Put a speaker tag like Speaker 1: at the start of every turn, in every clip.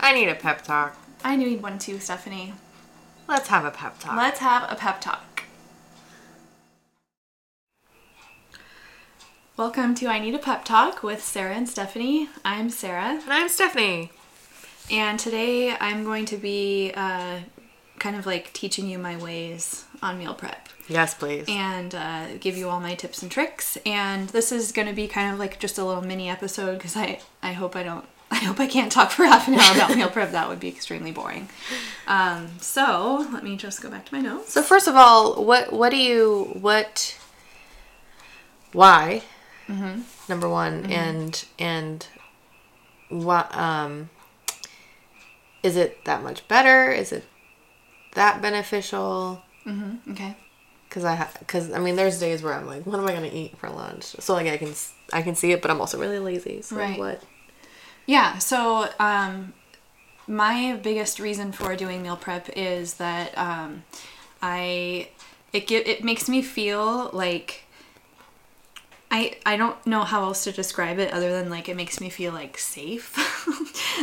Speaker 1: I need a pep talk.
Speaker 2: I knew you'd want to, Stephanie.
Speaker 1: Let's have a pep talk.
Speaker 2: Let's have a pep talk. Welcome to I Need a Pep Talk with Sarah and Stephanie. I'm Sarah,
Speaker 1: and I'm Stephanie.
Speaker 2: and today I'm going to be uh, kind of like teaching you my ways on meal prep.
Speaker 1: Yes, please.
Speaker 2: and uh, give you all my tips and tricks. And this is going to be kind of like just a little mini episode because I, I hope I don't, I hope I can't talk for half an hour about meal prep. That would be extremely boring. Um, so let me just go back to my notes.
Speaker 1: so first of all, what what do you what why? Mm-hmm. Number one, and and what um is it that much better? Is it that beneficial?
Speaker 2: Okay.
Speaker 1: Cause I, because I mean, there's days where I'm like, what am I gonna eat for lunch? So like, I can, s- I can see it, but I'm also really lazy. So
Speaker 2: Right.
Speaker 1: what?
Speaker 2: Yeah. So um, my biggest reason for doing meal prep is that um, I it gi- it makes me feel like I I don't know how else to describe it other than like it makes me feel like safe.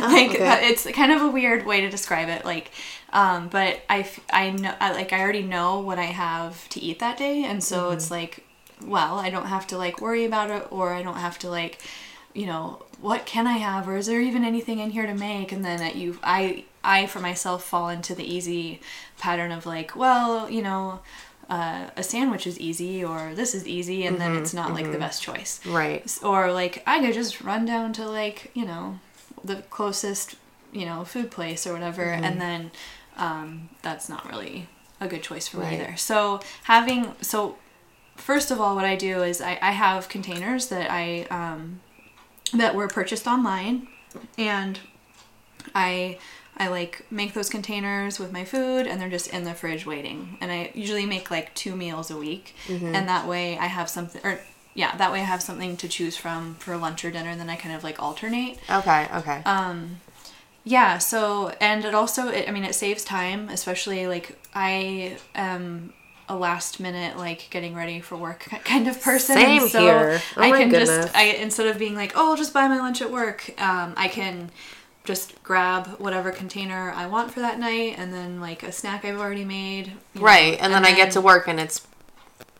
Speaker 2: like
Speaker 1: okay.
Speaker 2: that- it's kind of a weird way to describe it. Like, um, but I f- I know I, like I already know what I have to eat that day, and so it's like, well, I don't have to like worry about it, or I don't have to like, you know, what can I have, or is there even anything in here to make? And then that you I I for myself fall into the easy pattern of like, well, you know. Uh, a sandwich is easy, or this is easy, and then it's not like the best choice
Speaker 1: Right.
Speaker 2: or like I could just run down to like you know the closest you know food place or whatever, and then um, that's not really a good choice for
Speaker 1: Right.
Speaker 2: me either. So having so first of all, what I do is I, I have containers that I um, that were purchased online, and I I like make those containers with my food and they're just in the fridge waiting. And I usually make like two meals a week. And that way I have something or yeah, that way I have something to choose from for lunch or dinner and then I kind of like alternate.
Speaker 1: Okay. Okay.
Speaker 2: Yeah, so and it also it, I mean it saves time, especially like I am a last minute like getting ready for work ki- kind of person.
Speaker 1: Same
Speaker 2: so
Speaker 1: here. Oh
Speaker 2: I
Speaker 1: my
Speaker 2: can
Speaker 1: goodness.
Speaker 2: just I instead of being like, "Oh, I'll just buy my lunch at work." Um, I can just grab whatever container I want for that night and then like a snack I've already made. you know,
Speaker 1: right. And, then, I get to work, and it's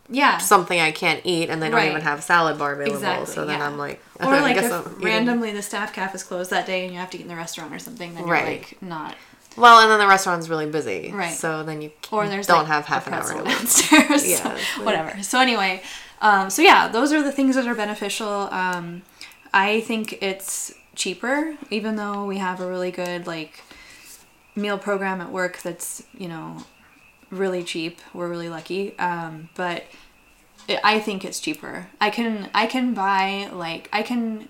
Speaker 2: Yeah.
Speaker 1: something I can't eat, and they don't
Speaker 2: Right.
Speaker 1: even have salad bar available.
Speaker 2: Exactly,
Speaker 1: so then
Speaker 2: yeah.
Speaker 1: I'm like,
Speaker 2: Or
Speaker 1: I
Speaker 2: like
Speaker 1: guess
Speaker 2: if
Speaker 1: I'm eating-
Speaker 2: randomly the staff caf is closed that day and you have to eat in the restaurant or something, then
Speaker 1: Right.
Speaker 2: you're like not
Speaker 1: Well, and then the restaurant's really busy.
Speaker 2: Right.
Speaker 1: So then you
Speaker 2: or there's
Speaker 1: don't
Speaker 2: like,
Speaker 1: have
Speaker 2: a
Speaker 1: half an hour.
Speaker 2: pretzel
Speaker 1: to lunch.
Speaker 2: downstairs
Speaker 1: Yeah,
Speaker 2: So,
Speaker 1: it's like-
Speaker 2: whatever so anyway um, so yeah those are the things that are beneficial um, i think it's cheaper even though we have a really good like meal program at work that's you know really cheap we're really lucky um, but it, i think it's cheaper i can i can buy like i can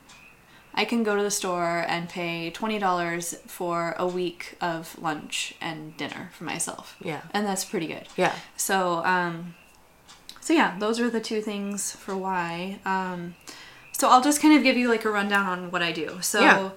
Speaker 2: I can go to the store and pay twenty dollars for a week of lunch and dinner for myself.
Speaker 1: Yeah.
Speaker 2: and that's pretty good.
Speaker 1: Yeah.
Speaker 2: So, um, so yeah, those are the two things for why. Um, so I'll just kind of give you like a rundown on what I do. So.
Speaker 1: Yeah.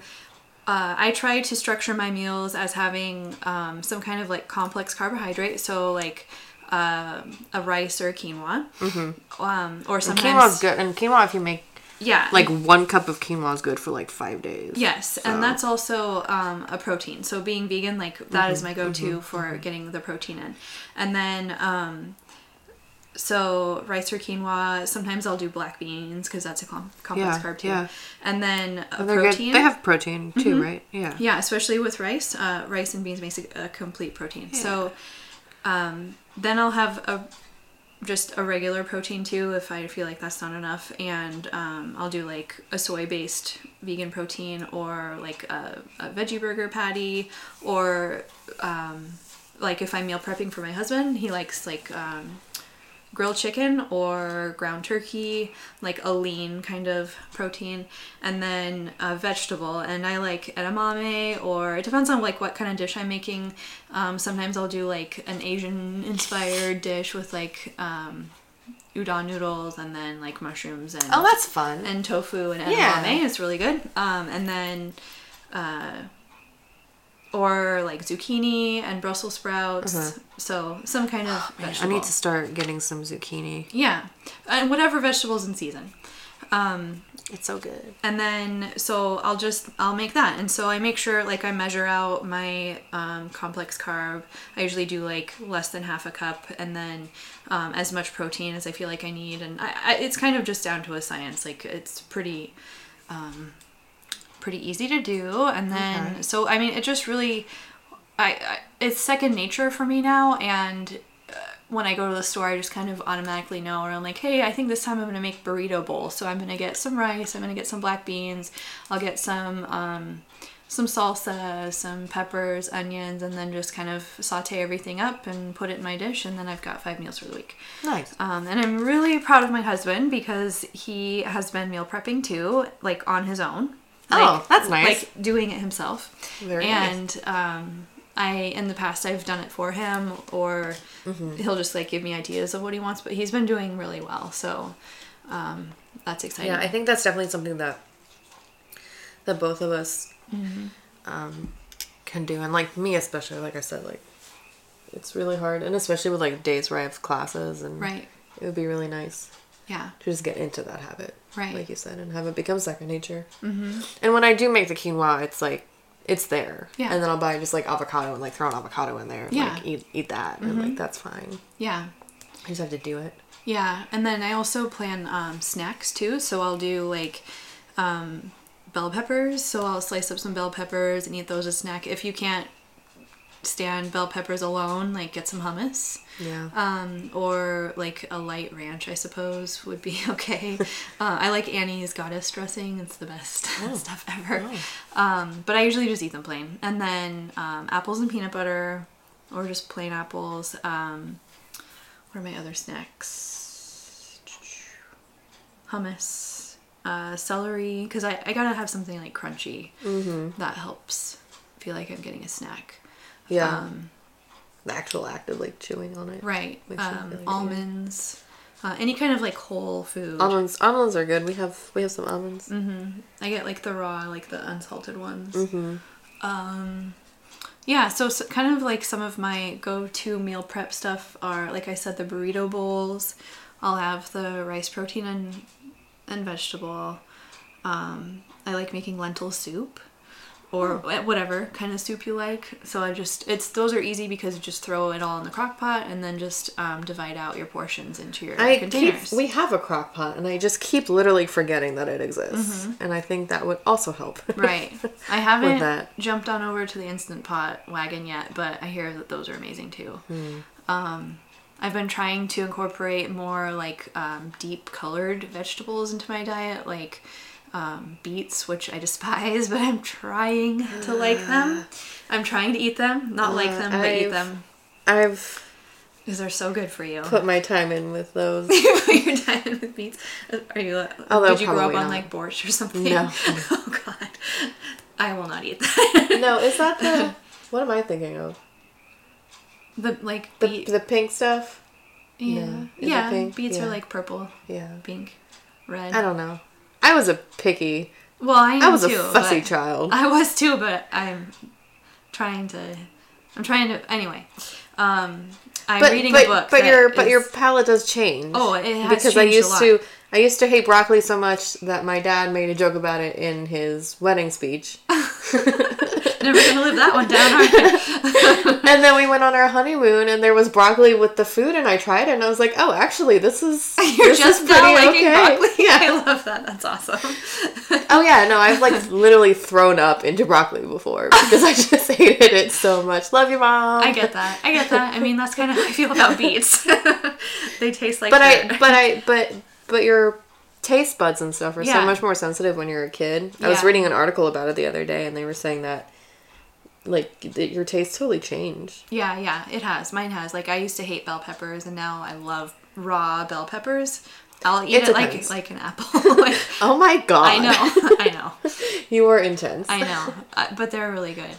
Speaker 2: Uh, I try to structure my meals as having um, some kind of like complex carbohydrate, so like uh, a rice or a quinoa, mm-hmm. um, or sometimes
Speaker 1: Quinoa's good, and quinoa if you make
Speaker 2: yeah,
Speaker 1: like one cup of quinoa is good for like five days.
Speaker 2: Yes, and that's also um, a protein. So being vegan, like that
Speaker 1: Mm-hmm,
Speaker 2: is my go-to for getting the protein in. And then, um, so rice or quinoa. Sometimes I'll do black beans because that's a com- complex
Speaker 1: Yeah,
Speaker 2: carb too.
Speaker 1: yeah.
Speaker 2: And then a
Speaker 1: And they're
Speaker 2: protein. Mm-hmm.
Speaker 1: good. They have protein too, right? Yeah.
Speaker 2: yeah, especially with rice. Uh, rice and beans makes a, a complete protein. So um, then I'll have a just a regular protein too if I feel like that's not enough, and um, I'll do like a soy based vegan protein or like a, a veggie burger patty or um, like if I'm meal prepping for my husband, he likes like um, grilled chicken or ground turkey, like a lean kind of protein, and then a vegetable. And I like edamame, or it depends on like what kind of dish I'm making. Um, sometimes I'll do like an Asian inspired dish with like um, udon noodles and then like mushrooms and
Speaker 1: Oh, that's fun.
Speaker 2: and tofu and edamame.
Speaker 1: Yeah.
Speaker 2: It's really good. Um, and then, uh, or like zucchini and Brussels sprouts. So some kind of
Speaker 1: Uh-huh. Oh, Man, I
Speaker 2: vegetable.
Speaker 1: need to start getting some zucchini.
Speaker 2: Yeah, and whatever vegetables in season. Um,
Speaker 1: It's so good.
Speaker 2: and then so I'll just I'll make that. And so I make sure like I measure out my um, complex carb. I usually do like less than half a cup, and then um, as much protein as I feel like I need. And I, I, it's kind of just down to a science. Like it's pretty pretty easy to do and then so i mean it just really I, I it's second nature for me now and uh, when i go to the store i just kind of automatically know or i'm like hey i think this time i'm going to make burrito bowl so i'm going to get some rice i'm going to get some black beans i'll get some um, some salsa some peppers onions and then just kind of saute everything up and put it in my dish and then i've got five meals for the week
Speaker 1: Nice.
Speaker 2: um, and I'm really proud of my husband because he has been meal prepping too, like on his own.
Speaker 1: Oh,
Speaker 2: Like-
Speaker 1: that's nice.
Speaker 2: Like doing it himself.
Speaker 1: Very
Speaker 2: and um, I, in the past, I've done it for him, or
Speaker 1: Mm-hmm.
Speaker 2: he'll just like give me ideas of what he wants. But he's been doing really well, so um, that's exciting.
Speaker 1: Yeah, I think that's definitely something that that both of us
Speaker 2: Mm-hmm.
Speaker 1: um, can do, and like me especially. Like I said, like it's really hard, and especially with like days where I have classes, and
Speaker 2: right?
Speaker 1: it would be really nice
Speaker 2: Yeah.
Speaker 1: to just get into that habit,
Speaker 2: Right.
Speaker 1: Like you said, and have it become second nature. Mm-hmm. And when I do make the quinoa, it's like it's there,
Speaker 2: Yeah.
Speaker 1: And then I'll buy just like avocado and like throw an avocado in there, and,
Speaker 2: Yeah. Mm-hmm.
Speaker 1: Like eat eat that, and like that's fine.
Speaker 2: Yeah.
Speaker 1: I just have to do it.
Speaker 2: Yeah, and then I also plan um, snacks too. So I'll do like um, bell peppers. So I'll slice up some bell peppers and eat those as a snack. If you can't stand bell peppers alone, like get some hummus.
Speaker 1: Yeah.
Speaker 2: Um, or like a light ranch, I suppose, would be okay. uh, I like Annie's goddess dressing; it's the best stuff ever. Um, but I usually just eat them plain, and then um, apples and peanut butter, or just plain apples. Um, what are my other snacks? Hummus, uh, celery, because I, I gotta have something like crunchy. That helps. Feel like I'm getting a snack.
Speaker 1: yeah.
Speaker 2: Um,
Speaker 1: the actual act of like chewing on it.
Speaker 2: Right.
Speaker 1: Makes you
Speaker 2: Um,
Speaker 1: feel good.
Speaker 2: almonds. Uh, any kind of like whole food.
Speaker 1: Almonds, almonds are good. We have we have some almonds.
Speaker 2: Mm-hmm. I get like the raw, like the unsalted ones.
Speaker 1: Mm-hmm.
Speaker 2: Um, yeah, so, so kind of like some of my go to meal prep stuff are, like I said, the burrito bowls. I'll have the rice protein and, and vegetable. Um, I like making lentil soup or
Speaker 1: Hmm.
Speaker 2: wh- whatever kind of soup you like. So I just, it's those are easy because you just throw it all in the crock pot and then just um, divide out your portions into your
Speaker 1: I
Speaker 2: containers.
Speaker 1: keep we have a crock pot, and I just keep literally forgetting that it exists. And I think that would also help.
Speaker 2: Mm-hmm. Right. I haven't
Speaker 1: that.
Speaker 2: jumped on over to the Instant Pot wagon yet, but I hear that those are amazing too.
Speaker 1: Hmm.
Speaker 2: Um, I've been trying to incorporate more like um, deep colored vegetables into my diet, like um, beets, which I despise, but I'm trying to like them. I'm trying to eat them, not like
Speaker 1: Uh,
Speaker 2: them, but eat
Speaker 1: I've-
Speaker 2: them
Speaker 1: I've
Speaker 2: because they're so good for you.
Speaker 1: put my time in with those.
Speaker 2: You're diet with beets. Are you? uh,
Speaker 1: Although
Speaker 2: did you grow up on
Speaker 1: probably not.
Speaker 2: like borscht or something?
Speaker 1: No.
Speaker 2: oh God, I will not eat that.
Speaker 1: no, is that the what am I thinking of?
Speaker 2: The like
Speaker 1: The
Speaker 2: beet.
Speaker 1: the pink stuff.
Speaker 2: yeah,
Speaker 1: no. Is it
Speaker 2: yeah.
Speaker 1: pink?
Speaker 2: Beets
Speaker 1: Yeah.
Speaker 2: are like purple,
Speaker 1: Yeah,
Speaker 2: pink, red.
Speaker 1: I don't know. I was a picky.
Speaker 2: well, I am
Speaker 1: I was a
Speaker 2: too.
Speaker 1: fussy
Speaker 2: but-
Speaker 1: child.
Speaker 2: I was too, but I'm trying to. I'm trying to. Anyway, um, I'm
Speaker 1: but
Speaker 2: reading
Speaker 1: but,
Speaker 2: a book.
Speaker 1: but
Speaker 2: that
Speaker 1: your but your
Speaker 2: is-
Speaker 1: palate does change.
Speaker 2: Oh, it has
Speaker 1: because I
Speaker 2: changed a
Speaker 1: used
Speaker 2: lot.
Speaker 1: to I used to hate broccoli so much that my dad made a joke about it in his wedding speech.
Speaker 2: never gonna live that one down. Are you?
Speaker 1: and then we went on our honeymoon and there was broccoli with the food and I tried it and I was like, oh, actually, this is
Speaker 2: You're
Speaker 1: this
Speaker 2: just
Speaker 1: is
Speaker 2: now
Speaker 1: pretty
Speaker 2: liking
Speaker 1: okay.
Speaker 2: broccoli.
Speaker 1: Yeah.
Speaker 2: I love that. That's awesome.
Speaker 1: Oh yeah, no, I've like literally thrown up into broccoli before because I just hated it so much. Love you, mom.
Speaker 2: I get that. I get that. I mean, that's kind of how I feel about beets. they taste like.
Speaker 1: But I
Speaker 2: dirt.
Speaker 1: but I but but your taste buds and stuff are
Speaker 2: Yeah.
Speaker 1: so much more sensitive when you're a kid. I was
Speaker 2: Yeah.
Speaker 1: reading an article about it the other day and they were saying that like that your tastes totally change.
Speaker 2: Yeah, yeah, it has. Mine has. Like I used to hate bell peppers, and now I love raw bell peppers. I'll eat
Speaker 1: It
Speaker 2: it, like
Speaker 1: depends.
Speaker 2: like an apple. like,
Speaker 1: Oh my god.
Speaker 2: I know, I know,
Speaker 1: You are intense.
Speaker 2: I know. Uh, but they're really good.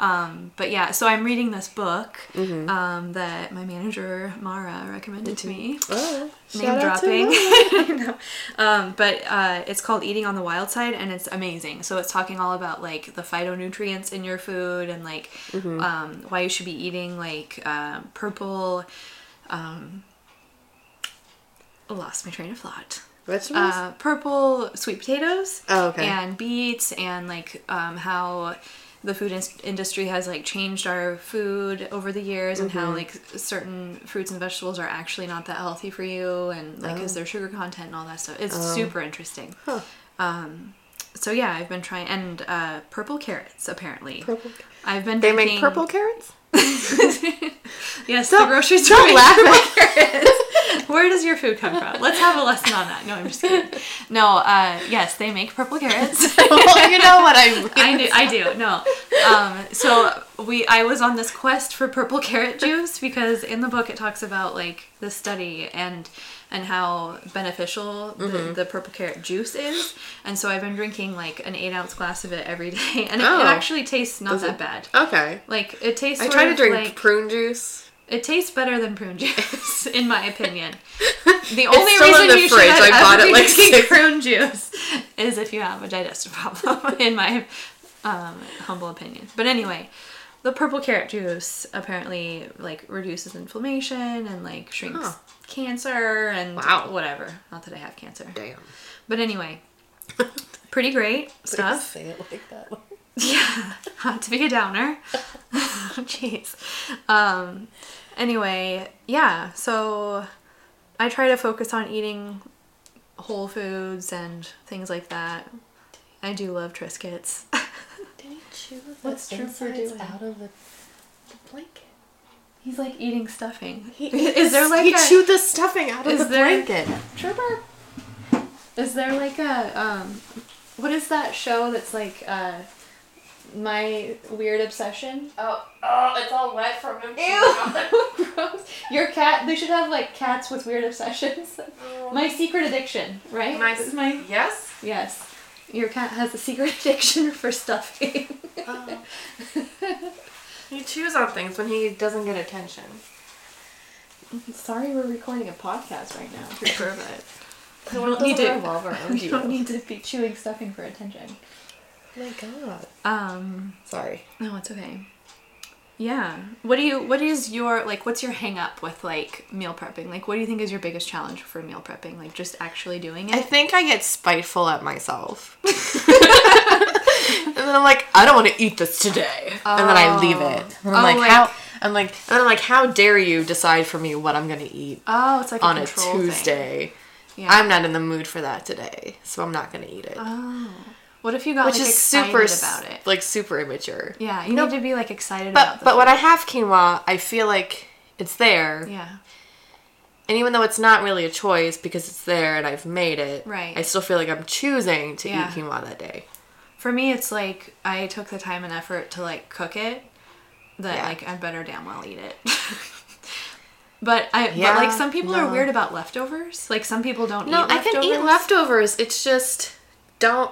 Speaker 2: Um, but yeah, so I'm reading this book
Speaker 1: Mm-hmm.
Speaker 2: um, that my manager Mara recommended to me.
Speaker 1: Oh,
Speaker 2: Name
Speaker 1: shout out to Mom.
Speaker 2: dropping. No. um, but uh, it's called Eating on the Wild Side, and it's amazing. So it's talking all about like the phytonutrients in your food and like
Speaker 1: Mm-hmm.
Speaker 2: um, why you should be eating like uh, purple. Um, I lost my train of thought.
Speaker 1: Vegetables?
Speaker 2: uh, purple sweet potatoes
Speaker 1: Oh, okay.
Speaker 2: and beets and like um, how the food in- industry has like changed our food over the years and
Speaker 1: Mm-hmm.
Speaker 2: how like certain fruits and vegetables are actually not that healthy for you and like because their sugar content and all that stuff it's super interesting
Speaker 1: Oh. Huh.
Speaker 2: um, so yeah i've been trying and uh, purple carrots apparently
Speaker 1: Purple.
Speaker 2: i've been
Speaker 1: They
Speaker 2: drinking,
Speaker 1: make purple carrots?
Speaker 2: yes the
Speaker 1: Don't-
Speaker 2: grocery store
Speaker 1: Don't
Speaker 2: makes
Speaker 1: laugh at
Speaker 2: Where does your food come from? Let's have a lesson on that. No, I'm just kidding. No, uh, yes, they make purple carrots.
Speaker 1: well, you know what I mean.
Speaker 2: I do. I do. No. Um, so we, I was on this quest for purple carrot juice because in the book it talks about like the study and and how beneficial
Speaker 1: Mm-hmm.
Speaker 2: the, the purple carrot juice is. And so I've been drinking like an eight ounce glass of it every day, and it,
Speaker 1: Oh.
Speaker 2: it actually tastes not
Speaker 1: Does
Speaker 2: that
Speaker 1: it-
Speaker 2: bad.
Speaker 1: Okay.
Speaker 2: Like it tastes.
Speaker 1: I
Speaker 2: sort
Speaker 1: try to
Speaker 2: of
Speaker 1: drink
Speaker 2: like-
Speaker 1: prune juice.
Speaker 2: it tastes better than prune juice, in my opinion. The
Speaker 1: It's
Speaker 2: only
Speaker 1: still in
Speaker 2: reason
Speaker 1: the
Speaker 2: you
Speaker 1: fridge.
Speaker 2: should have
Speaker 1: I bought
Speaker 2: ever
Speaker 1: it, like,
Speaker 2: drinking
Speaker 1: six-
Speaker 2: prune juice is if you have a digestive problem, in my um, humble opinion. But anyway, the purple carrot juice apparently like reduces inflammation and like shrinks
Speaker 1: Huh.
Speaker 2: cancer and
Speaker 1: Wow.
Speaker 2: whatever. Not that I have cancer,
Speaker 1: Damn.
Speaker 2: but anyway, pretty great stuff.
Speaker 1: Say it like that.
Speaker 2: Yeah, not to be a downer. Jeez. Um, anyway, yeah, so I try to focus on eating whole foods and things like that. I do love Triscuits.
Speaker 3: Did he chew the
Speaker 2: What's Trooper
Speaker 3: insides
Speaker 2: doing?
Speaker 3: out of the, the blanket?
Speaker 2: He's like eating stuffing.
Speaker 1: He,
Speaker 2: Is there like
Speaker 1: he
Speaker 2: a-
Speaker 1: chewed the stuffing out of
Speaker 2: Is
Speaker 1: the
Speaker 2: there-
Speaker 1: blanket?
Speaker 2: Trooper? Is there like a, um, what is that show that's like, uh, my weird obsession?
Speaker 3: Oh, oh, it's all wet from him.
Speaker 2: Gross. Your cat. They should have like cats with weird obsessions. My secret addiction, right?
Speaker 1: My-
Speaker 2: This is my
Speaker 1: Yes.
Speaker 2: yes. Your cat has a secret addiction for stuffing.
Speaker 1: He chews on things when he doesn't get attention.
Speaker 2: Sorry, we're recording a podcast right now. To prove it. You
Speaker 1: It
Speaker 2: don't
Speaker 1: doesn't
Speaker 2: need to.
Speaker 1: revolve around
Speaker 2: You
Speaker 1: you.
Speaker 2: don't need to be chewing stuffing for attention.
Speaker 1: my God.
Speaker 2: Um.
Speaker 1: Sorry.
Speaker 2: No, it's okay. Yeah. What do you? What is your like? What's your hang up with like meal prepping? Like, what do you think is your biggest challenge for meal prepping? Like, just actually doing
Speaker 1: I
Speaker 2: it.
Speaker 1: think I get spiteful at myself. and then I'm like, I don't want to eat this today. And then I leave it. And I'm
Speaker 2: Oh,
Speaker 1: like,
Speaker 2: like-
Speaker 1: how I'm like and then I'm like, how dare you decide for me what I'm gonna eat
Speaker 2: Oh, it's like
Speaker 1: on
Speaker 2: a,
Speaker 1: a
Speaker 2: control thing.
Speaker 1: Tuesday.
Speaker 2: Yeah.
Speaker 1: I'm not in the mood for that today, so I'm not gonna eat it.
Speaker 2: Oh. What if you got
Speaker 1: Which
Speaker 2: like
Speaker 1: is
Speaker 2: excited
Speaker 1: super s-
Speaker 2: about it?
Speaker 1: Like super immature.
Speaker 2: Yeah, you
Speaker 1: Nope.
Speaker 2: need to be like excited about
Speaker 1: But
Speaker 2: the
Speaker 1: but when
Speaker 2: food.
Speaker 1: I have quinoa, I feel like it's there.
Speaker 2: Yeah.
Speaker 1: And even though it's not really a choice because it's there and I've made it,
Speaker 2: Right.
Speaker 1: I still feel like I'm choosing to
Speaker 2: Yeah.
Speaker 1: eat quinoa that day.
Speaker 2: For me it's like I took the time and effort to like cook it that
Speaker 1: Yeah.
Speaker 2: like I better damn well eat it. but I
Speaker 1: Yeah,
Speaker 2: but like some people
Speaker 1: no.
Speaker 2: are weird about leftovers. Like some people don't
Speaker 1: No,
Speaker 2: eat
Speaker 1: I
Speaker 2: leftovers.
Speaker 1: can eat leftovers. It's just don't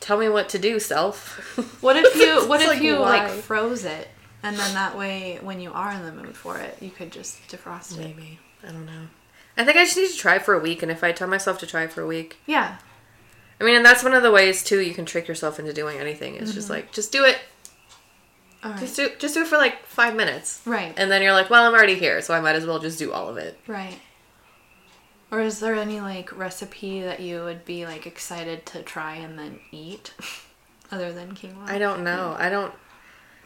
Speaker 1: tell me what to do, self.
Speaker 2: What if you what
Speaker 1: It's
Speaker 2: if
Speaker 1: like,
Speaker 2: you
Speaker 1: why?
Speaker 2: like froze it? And then that way when you are in the mood for it, you could just defrost it.
Speaker 1: Maybe. I don't know. I think I just need to try for a week, and if I tell myself to try for a week,
Speaker 2: Yeah.
Speaker 1: I mean, and that's one of the ways too you can trick yourself into doing anything. It's just like just do it,
Speaker 2: All Mm-hmm. right.
Speaker 1: just do, just do it for like five minutes,
Speaker 2: right.
Speaker 1: and then you're like, well, I'm already here, so I might as well just do all of it.
Speaker 2: Right. Or is there any like recipe that you would be like excited to try and then eat, other than quinoa?
Speaker 1: I don't know. I don't.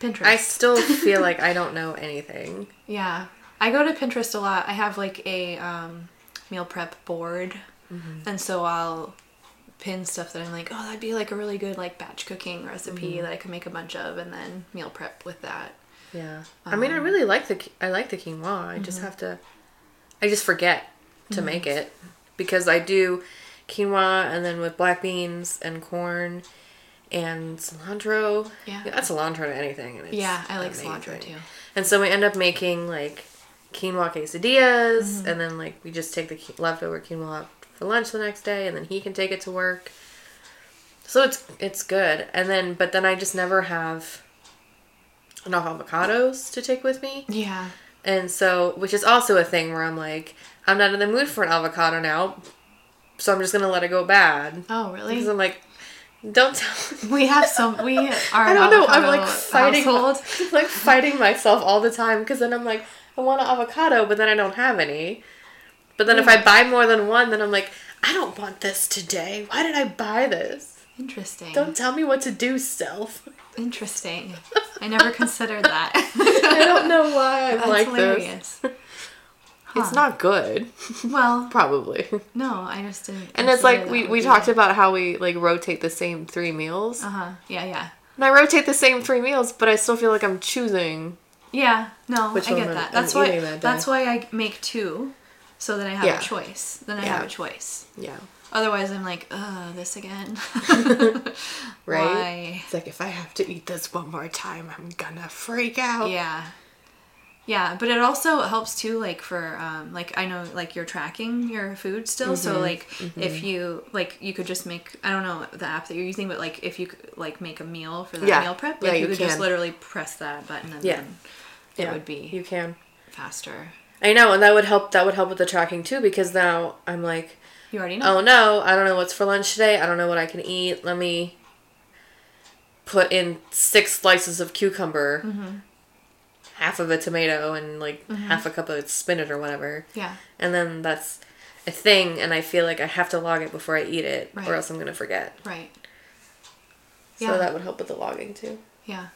Speaker 2: Pinterest.
Speaker 1: I still feel like I don't know anything.
Speaker 2: yeah, I go to Pinterest a lot. I have like a um, meal prep board,
Speaker 1: Mm-hmm.
Speaker 2: and so I'll pin stuff that I'm like, oh, that'd be like a really good like batch cooking recipe
Speaker 1: Mm-hmm.
Speaker 2: that I could make a bunch of, and then meal prep with that.
Speaker 1: Yeah. I mean, I really like the qui- I like the quinoa. I just have to I just forget to make it because I do quinoa and then with black beans and corn and cilantro.
Speaker 2: Yeah.
Speaker 1: You add cilantro to anything. And it's
Speaker 2: yeah, I like cilantro
Speaker 1: amazing.
Speaker 2: too.
Speaker 1: And so we end up making like quinoa quesadillas
Speaker 2: Mm-hmm.
Speaker 1: and then like we just take the qui- leftover quinoa for lunch the next day and then he can take it to work. So it's it's good. And then but then I just never have enough avocados to take with me.
Speaker 2: Yeah,
Speaker 1: And so which is also a thing where I'm like I'm not in the mood for an avocado now. So I'm just going to let it go bad.
Speaker 2: Oh, really?
Speaker 1: Because I'm like don't tell
Speaker 2: we have some. We are.
Speaker 1: I don't know. I'm like
Speaker 2: avocado
Speaker 1: fighting,
Speaker 2: household.
Speaker 1: like fighting myself all the time because then I'm like, I want an avocado, but then I don't have any. But then if I buy more than one, then I'm like, I don't want this today. Why did I buy this?
Speaker 2: Interesting.
Speaker 1: Don't tell me what to do, self.
Speaker 2: Interesting. I never considered that.
Speaker 1: I don't know why I
Speaker 2: That's
Speaker 1: like this.
Speaker 2: hilarious.
Speaker 1: It's not good,
Speaker 2: Well,
Speaker 1: probably.
Speaker 2: no, I just didn't.
Speaker 1: And it's like we, we talked about how we like rotate the same three meals.
Speaker 2: Uh huh. Yeah, yeah,
Speaker 1: And I rotate the same three meals, but I still feel like I'm choosing.
Speaker 2: yeah. No,
Speaker 1: Which
Speaker 2: I
Speaker 1: one
Speaker 2: get
Speaker 1: I'm-
Speaker 2: that.
Speaker 1: I'm
Speaker 2: That's why.
Speaker 1: eating that day.
Speaker 2: that's why I make two, so that I have
Speaker 1: Yeah.
Speaker 2: a choice. Then I
Speaker 1: Yeah.
Speaker 2: have a choice.
Speaker 1: Yeah.
Speaker 2: Otherwise, I'm like, ugh, this again.
Speaker 1: Right?
Speaker 2: Why?
Speaker 1: It's like if I have to eat this one more time, I'm gonna freak out.
Speaker 2: Yeah. Yeah, but it also helps too, like for um, like I know like you're tracking your food still,
Speaker 1: Mm-hmm,
Speaker 2: so like if you like you could just make I don't know the app that you're using, but like if you could, like make a meal for that
Speaker 1: Yeah.
Speaker 2: meal prep,
Speaker 1: Yeah,
Speaker 2: like you,
Speaker 1: you
Speaker 2: could just
Speaker 1: can.
Speaker 2: literally press that button and
Speaker 1: Yeah.
Speaker 2: then it would be
Speaker 1: You can.
Speaker 2: faster.
Speaker 1: I know, and that would help. That would help with the tracking too, because now I'm like,
Speaker 2: You already know.
Speaker 1: oh no, I don't know what's for lunch today. I don't know what I can eat. Let me put in six slices of cucumber,
Speaker 2: Mm-hmm.
Speaker 1: half of a tomato, and like half a cup of spinach or whatever.
Speaker 2: Yeah,
Speaker 1: And then that's a thing, and I feel like I have to log it before I eat it,
Speaker 2: Right.
Speaker 1: or else I'm gonna forget.
Speaker 2: right.
Speaker 1: So
Speaker 2: Yeah.
Speaker 1: that would help with the logging too.
Speaker 2: Yeah,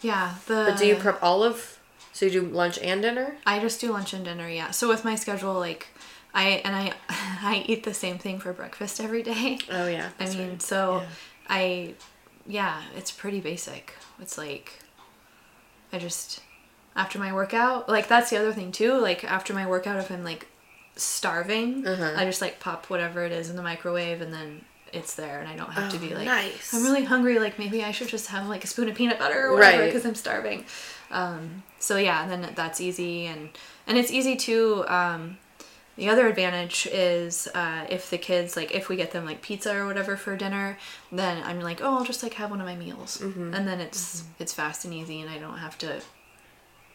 Speaker 2: yeah. The
Speaker 1: But do you prep all of? So you do lunch and dinner?
Speaker 2: I just do lunch and dinner, yeah. So with my schedule, like I and I I eat the same thing for breakfast every day.
Speaker 1: Oh yeah.
Speaker 2: I
Speaker 1: that's
Speaker 2: mean,
Speaker 1: right.
Speaker 2: so
Speaker 1: Yeah.
Speaker 2: I yeah, it's pretty basic. It's like I just after my workout, like that's the other thing too. Like after my workout, if I'm like starving,
Speaker 1: Uh-huh.
Speaker 2: I just like pop whatever it is in the microwave and then it's there and I don't have to
Speaker 1: Oh,
Speaker 2: be like
Speaker 1: nice.
Speaker 2: I'm really hungry like maybe I should just have like a spoon of peanut butter or whatever
Speaker 1: Right.
Speaker 2: because I'm starving. Um, so yeah, then that's easy and and it's easy to um, the other advantage is uh, if the kids like if we get them like pizza or whatever for dinner, then I'm like oh I'll just like have one of my meals and then it's it's fast and easy and I don't have to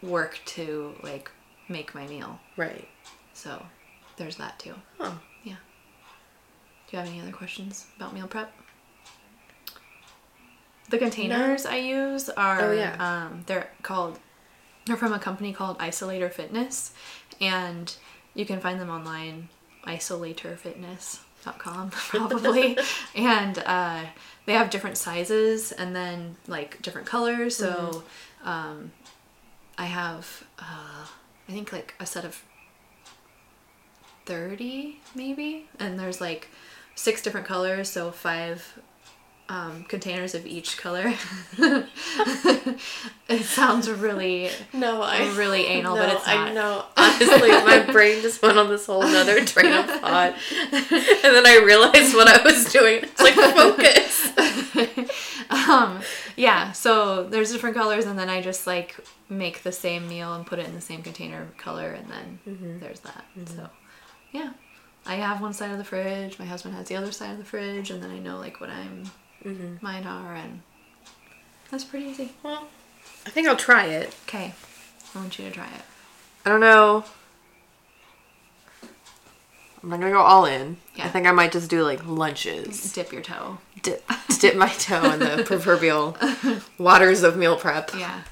Speaker 2: work to like make my meal.
Speaker 1: right.
Speaker 2: So there's that too.
Speaker 1: Huh.
Speaker 2: Yeah. Do you have any other questions about meal prep? The containers I use are
Speaker 1: Oh, yeah.
Speaker 2: um, they're called they're from a company called Isolator Fitness and you can find them online isolatorfitness.com probably and uh, they have different sizes and then like different colors so
Speaker 1: Mm-hmm.
Speaker 2: um, I have uh, I think like a set of 30 maybe and there's like six different colors so five um, containers of each color it sounds really
Speaker 1: No, I
Speaker 2: really anal, but it's
Speaker 1: I
Speaker 2: not.
Speaker 1: know. Honestly, my brain just went on this whole nother train of thought, and then I realized what I was doing. It's like focus.
Speaker 2: um yeah so there's different colors and then i just like make the same meal and put it in the same container color and then
Speaker 1: Mm-hmm.
Speaker 2: there's that so yeah i have one side of the fridge my husband has the other side of the fridge and then i know like what i'm
Speaker 1: Mm-hmm.
Speaker 2: mine are and that's pretty easy
Speaker 1: Well, I think I'll try it.
Speaker 2: okay i want you to try it
Speaker 1: I don't know. I'm not gonna go all in.
Speaker 2: Yeah.
Speaker 1: I think I might just do like lunches.
Speaker 2: dip your toe
Speaker 1: Dip, dip my toe in the proverbial waters of meal prep
Speaker 2: yeah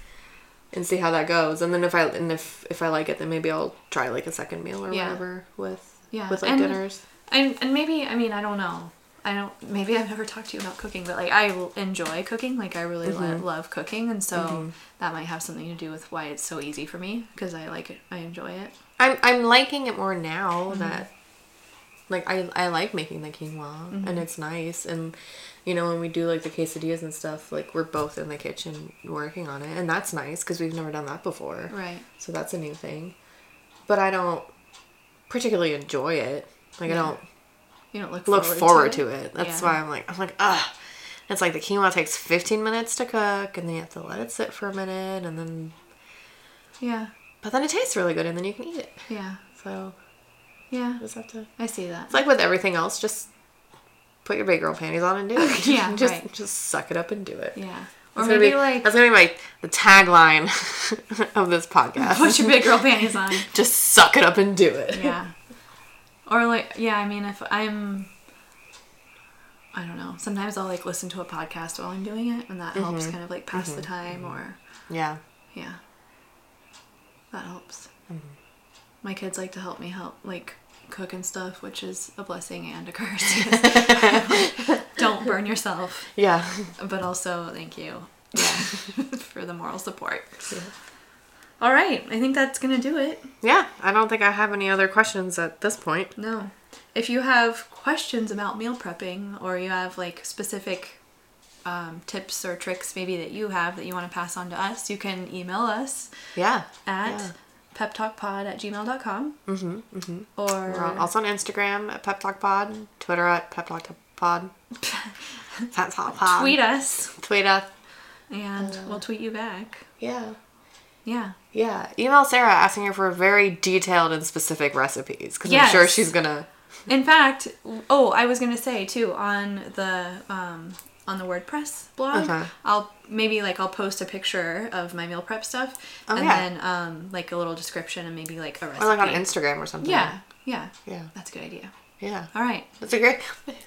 Speaker 1: and see how that goes. And then if I and if if I like it, then maybe I'll try like a second meal or
Speaker 2: Yeah.
Speaker 1: whatever with
Speaker 2: Yeah,
Speaker 1: with like
Speaker 2: and-
Speaker 1: dinners.
Speaker 2: and, and maybe i mean i don't know i don't maybe i've never talked to you about cooking but like i l- enjoy cooking like i really lo-
Speaker 1: Mm-hmm.
Speaker 2: love cooking and so that might have something to do with why it's so easy for me because i like it i enjoy it
Speaker 1: I'm I'm liking it more now
Speaker 2: Mm-hmm.
Speaker 1: that like I I like making the quinoa
Speaker 2: Mm-hmm.
Speaker 1: and it's nice and you know when we do like the quesadillas and stuff like we're both in the kitchen working on it and that's nice because we've never done that before
Speaker 2: right
Speaker 1: so that's a new thing but I don't particularly enjoy it like I don't
Speaker 2: you don't look
Speaker 1: look forward
Speaker 2: forward,
Speaker 1: to it that's
Speaker 2: Yeah.
Speaker 1: why I'm like I'm like ugh it's like the quinoa takes 15 minutes to cook and then you have to let it sit for a minute and then
Speaker 2: yeah
Speaker 1: but then it tastes really good and then you can eat it
Speaker 2: yeah
Speaker 1: so
Speaker 2: yeah
Speaker 1: I just have to
Speaker 2: i see that
Speaker 1: It's like with everything else, just put your big girl panties on and do it.
Speaker 2: Yeah,
Speaker 1: just
Speaker 2: right.
Speaker 1: just suck it up and do it.
Speaker 2: yeah or
Speaker 1: That's gonna
Speaker 2: maybe
Speaker 1: be-
Speaker 2: like
Speaker 1: that's gonna be my the tagline of this podcast.
Speaker 2: put your big girl panties on
Speaker 1: just suck it up and do it.
Speaker 2: yeah or like yeah i mean if i'm i don't know sometimes i'll like listen to a podcast while i'm doing it and that helps
Speaker 1: Mm-hmm.
Speaker 2: kind of like pass the time or
Speaker 1: Yeah.
Speaker 2: yeah that helps my kids like to help me help like cook and stuff, which is a blessing and a curse. Don't burn yourself,
Speaker 1: Yeah.
Speaker 2: but also thank you for the moral support. All right, I think that's gonna do it.
Speaker 1: Yeah. I don't think I have any other questions at this point.
Speaker 2: No. If you have questions about meal prepping or you have like specific um, tips or tricks maybe that you have that you want to pass on to us, you can email us
Speaker 1: Yeah.
Speaker 2: at
Speaker 1: Yeah.
Speaker 2: peptalkpod at gmail.com. Mm-hmm, Or
Speaker 1: We're on- also on Instagram at Pep Talk Pod, Twitter at Pep Talk Pod, Pep Talk Pod.
Speaker 2: tweet us
Speaker 1: Tweet us.
Speaker 2: and
Speaker 1: Uh.
Speaker 2: we'll tweet you back.
Speaker 1: Yeah.
Speaker 2: Yeah.
Speaker 1: Yeah. Email Sarah asking her for very detailed and specific recipes because
Speaker 2: Yes.
Speaker 1: I'm sure she's gonna.
Speaker 2: In fact, oh, I was gonna say too on the um, on the WordPress blog,
Speaker 1: Uh-huh.
Speaker 2: I'll maybe like I'll post a picture of my meal prep stuff,
Speaker 1: Oh,
Speaker 2: and
Speaker 1: yeah.
Speaker 2: then um, like a little description and maybe like a recipe.
Speaker 1: Or like on Instagram or something.
Speaker 2: Yeah, yeah,
Speaker 1: Yeah.
Speaker 2: That's a good idea.
Speaker 1: Yeah.
Speaker 2: All right,
Speaker 1: That's a great.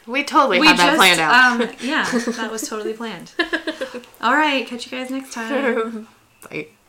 Speaker 1: We totally
Speaker 2: we
Speaker 1: had that
Speaker 2: just
Speaker 1: planned out.
Speaker 2: um, yeah, that was totally planned. All right, catch you guys next time.
Speaker 1: Like-